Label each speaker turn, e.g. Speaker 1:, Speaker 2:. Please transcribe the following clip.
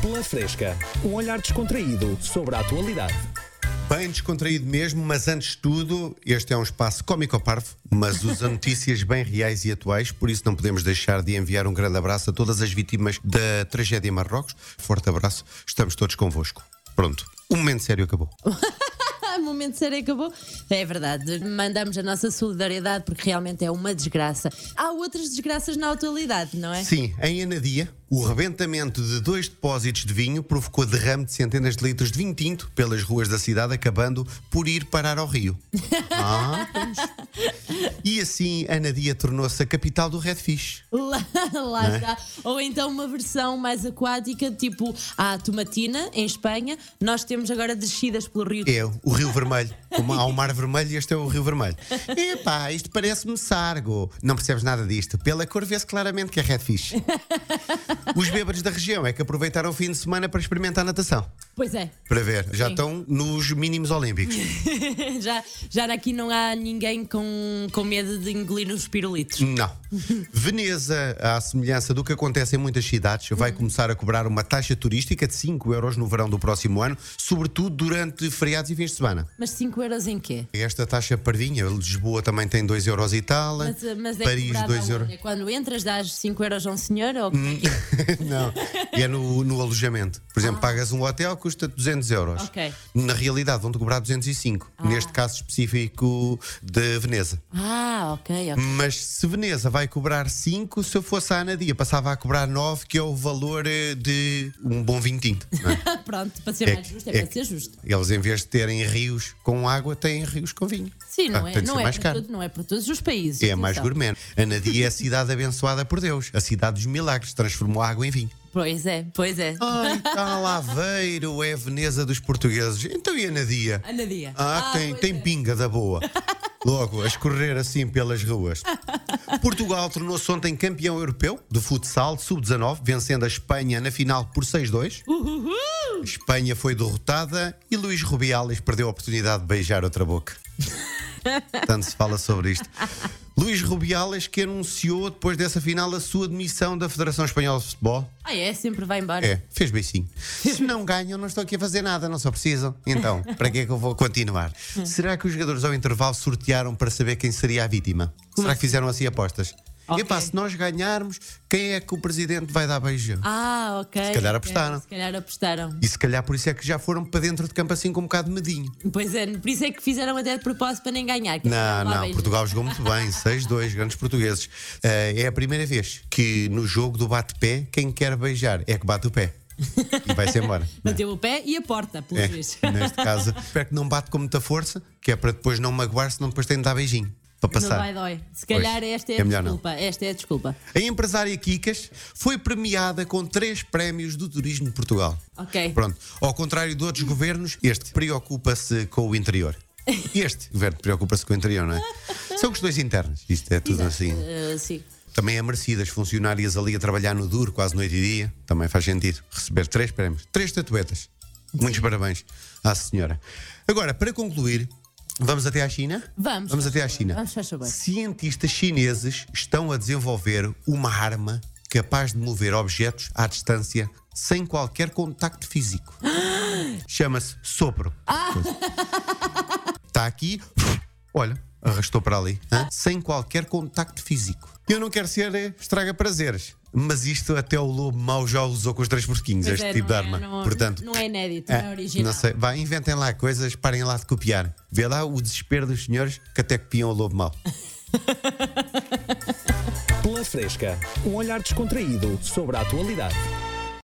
Speaker 1: Pela Fresca, um olhar descontraído sobre a atualidade.
Speaker 2: Bem descontraído mesmo, mas antes de tudo, este é um espaço cómico-parvo, mas usa notícias bem reais e atuais, por isso não podemos deixar de enviar um grande abraço a todas as vítimas da tragédia em Marrocos. Forte abraço, estamos todos convosco. Pronto, um momento sério acabou.
Speaker 3: Ah, momento sério acabou. É verdade, mandamos a nossa solidariedade porque realmente é uma desgraça. Há outras desgraças na atualidade, não é?
Speaker 2: Sim, em Anadia, o rebentamento de dois depósitos de vinho provocou derrame de centenas de litros de vinho tinto pelas ruas da cidade, acabando por ir parar ao rio. Ah, pois. E assim, Anadia tornou-se a capital do Redfish.
Speaker 3: Lá, lá
Speaker 2: Não é?
Speaker 3: está. Ou então uma versão mais aquática, tipo a Tomatina, em Espanha. Nós temos agora descidas pelo Rio.
Speaker 2: É o Rio Vermelho. Como há o Mar Vermelho, este é o Rio Vermelho. Epá, isto parece-me sargo. Não percebes nada disto. Pela cor vê-se claramente que é redfish. Os bêbados da região é que aproveitaram o fim de semana para experimentar natação.
Speaker 3: Pois é,
Speaker 2: Para ver, já
Speaker 3: Sim.
Speaker 2: estão nos mínimos olímpicos.
Speaker 3: já, já aqui não há ninguém com, com medo de engolir os pirulitos.
Speaker 2: Não. Veneza, à semelhança do que acontece em muitas cidades, vai começar a cobrar uma taxa turística de 5 euros no verão do próximo ano, sobretudo durante feriados e fins de semana.
Speaker 3: Mas 5 euros em quê?
Speaker 2: Esta taxa pardinha, Lisboa também tem 2 euros e tal,
Speaker 3: Mas, mas é
Speaker 2: Paris
Speaker 3: cobrado
Speaker 2: 2 euros.
Speaker 3: aonde? É Quando entras, dás 5 euros a um senhor? Ou...
Speaker 2: Hum. Não, e é no, no alojamento. Por exemplo, pagas um hotel, custa 200 euros.
Speaker 3: Ah. Ok.
Speaker 2: Na realidade, vão-te cobrar 205, neste caso específico de Veneza.
Speaker 3: Ah, ok, ok.
Speaker 2: Mas se Veneza vai cobrar 5, se eu fosse a Anadia, passava a cobrar 9, que é o valor eh, de um bom vinho tinto. não é?
Speaker 3: Pronto, para ser
Speaker 2: É
Speaker 3: mais
Speaker 2: que-
Speaker 3: justo, é,
Speaker 2: é
Speaker 3: para
Speaker 2: que-
Speaker 3: ser justo.
Speaker 2: Eles, em vez de terem rios com água, têm rios com vinho.
Speaker 3: Sim, não,
Speaker 2: Ah,
Speaker 3: é,
Speaker 2: tem de
Speaker 3: não,
Speaker 2: ser
Speaker 3: é
Speaker 2: mais
Speaker 3: para
Speaker 2: caro.
Speaker 3: todo- não é para todos os países.
Speaker 2: É mais
Speaker 3: atenção.
Speaker 2: gourmet. Anadia é a cidade abençoada por Deus, a cidade dos milagres, transformou a água em vinho.
Speaker 3: Pois é, pois é.
Speaker 2: Ai, tal Aveiro então é a Veneza dos portugueses. Então e a Nadia?
Speaker 3: Ana Dia.
Speaker 2: Ah, que tem,
Speaker 3: pois
Speaker 2: tem
Speaker 3: é.
Speaker 2: pinga da boa. Logo, a escorrer assim pelas ruas. Portugal tornou-se ontem campeão europeu de futsal sub-19, vencendo a Espanha na final por 6-2. A Espanha foi derrotada e Luís Rubiales perdeu a oportunidade de beijar outra boca. Tanto se fala sobre isto. Luís Rubiales que anunciou depois dessa final a sua demissão da Federação Espanhola de Futebol.
Speaker 3: Ah, é, sempre vai embora.
Speaker 2: É, fez beicinho. Se não ganham, não estou aqui a fazer nada, não só precisam. Então, para que é que eu vou continuar? Será que os jogadores ao intervalo sortearam para saber quem seria a vítima? Será que fizeram assim apostas?
Speaker 3: Ok.
Speaker 2: Epá, se nós ganharmos, quem é que o presidente vai dar beijo?
Speaker 3: Ah, ok. Se
Speaker 2: calhar apostaram.
Speaker 3: Se calhar apostaram.
Speaker 2: E se calhar por isso é que já foram para dentro de campo assim com um bocado de medinho.
Speaker 3: Pois é, por isso é que fizeram até de propósito para nem ganhar. que
Speaker 2: Não,
Speaker 3: lá
Speaker 2: não,
Speaker 3: bem-
Speaker 2: Portugal jogou muito bem, 6-2, grandes portugueses. Eh, é a primeira vez que no jogo do bate-pé, quem quer beijar é que bate o pé. E vai-se embora.
Speaker 3: Bateu o pé e a porta, pelo
Speaker 2: É,
Speaker 3: visto.
Speaker 2: neste caso, espero que não bate com muita força, que é para depois não magoar, senão depois tem de dar beijinho para
Speaker 3: Não
Speaker 2: passar.
Speaker 3: vai dói. Se calhar
Speaker 2: Pois,
Speaker 3: esta é,
Speaker 2: é
Speaker 3: a
Speaker 2: melhor não.
Speaker 3: desculpa. Esta é a desculpa.
Speaker 2: A empresária Kikas foi premiada com três prémios do Turismo de Portugal.
Speaker 3: Ok.
Speaker 2: Pronto. Ao contrário de outros governos, este preocupa-se com o interior. Este governo preocupa-se com o interior, não é? São questões internas. Isto é tudo assim.
Speaker 3: Eh, sim.
Speaker 2: Também é merecido as funcionárias ali a trabalhar no duro, quase noite e dia. Também faz sentido receber três prémios, três tatuetas. Muitos parabéns à senhora. Agora, para concluir, vamos até à China?
Speaker 3: Vamos,
Speaker 2: Vamos
Speaker 3: faz
Speaker 2: até à
Speaker 3: favor,
Speaker 2: China.
Speaker 3: vamos, faz favor.
Speaker 2: Cientistas chineses estão a desenvolver uma arma capaz de mover objetos à distância sem qualquer contacto físico. Chama-se sopro. Está aqui, olha, arrastou para ali, hã? sem qualquer contacto físico. Eu não quero ser eh, estraga-prazeres, mas isto até o lobo mau já usou com os três porquinhos,
Speaker 3: Pois
Speaker 2: este
Speaker 3: é,
Speaker 2: tipo de
Speaker 3: não é-
Speaker 2: arma.
Speaker 3: não-
Speaker 2: Portanto,
Speaker 3: não é inédito,
Speaker 2: é,
Speaker 3: não é original.
Speaker 2: sei, vá, inventem lá coisas, parem lá de copiar. Vê lá o desespero dos senhores que até copiam o lobo mau.
Speaker 1: Pela Fresca, um olhar descontraído sobre a atualidade.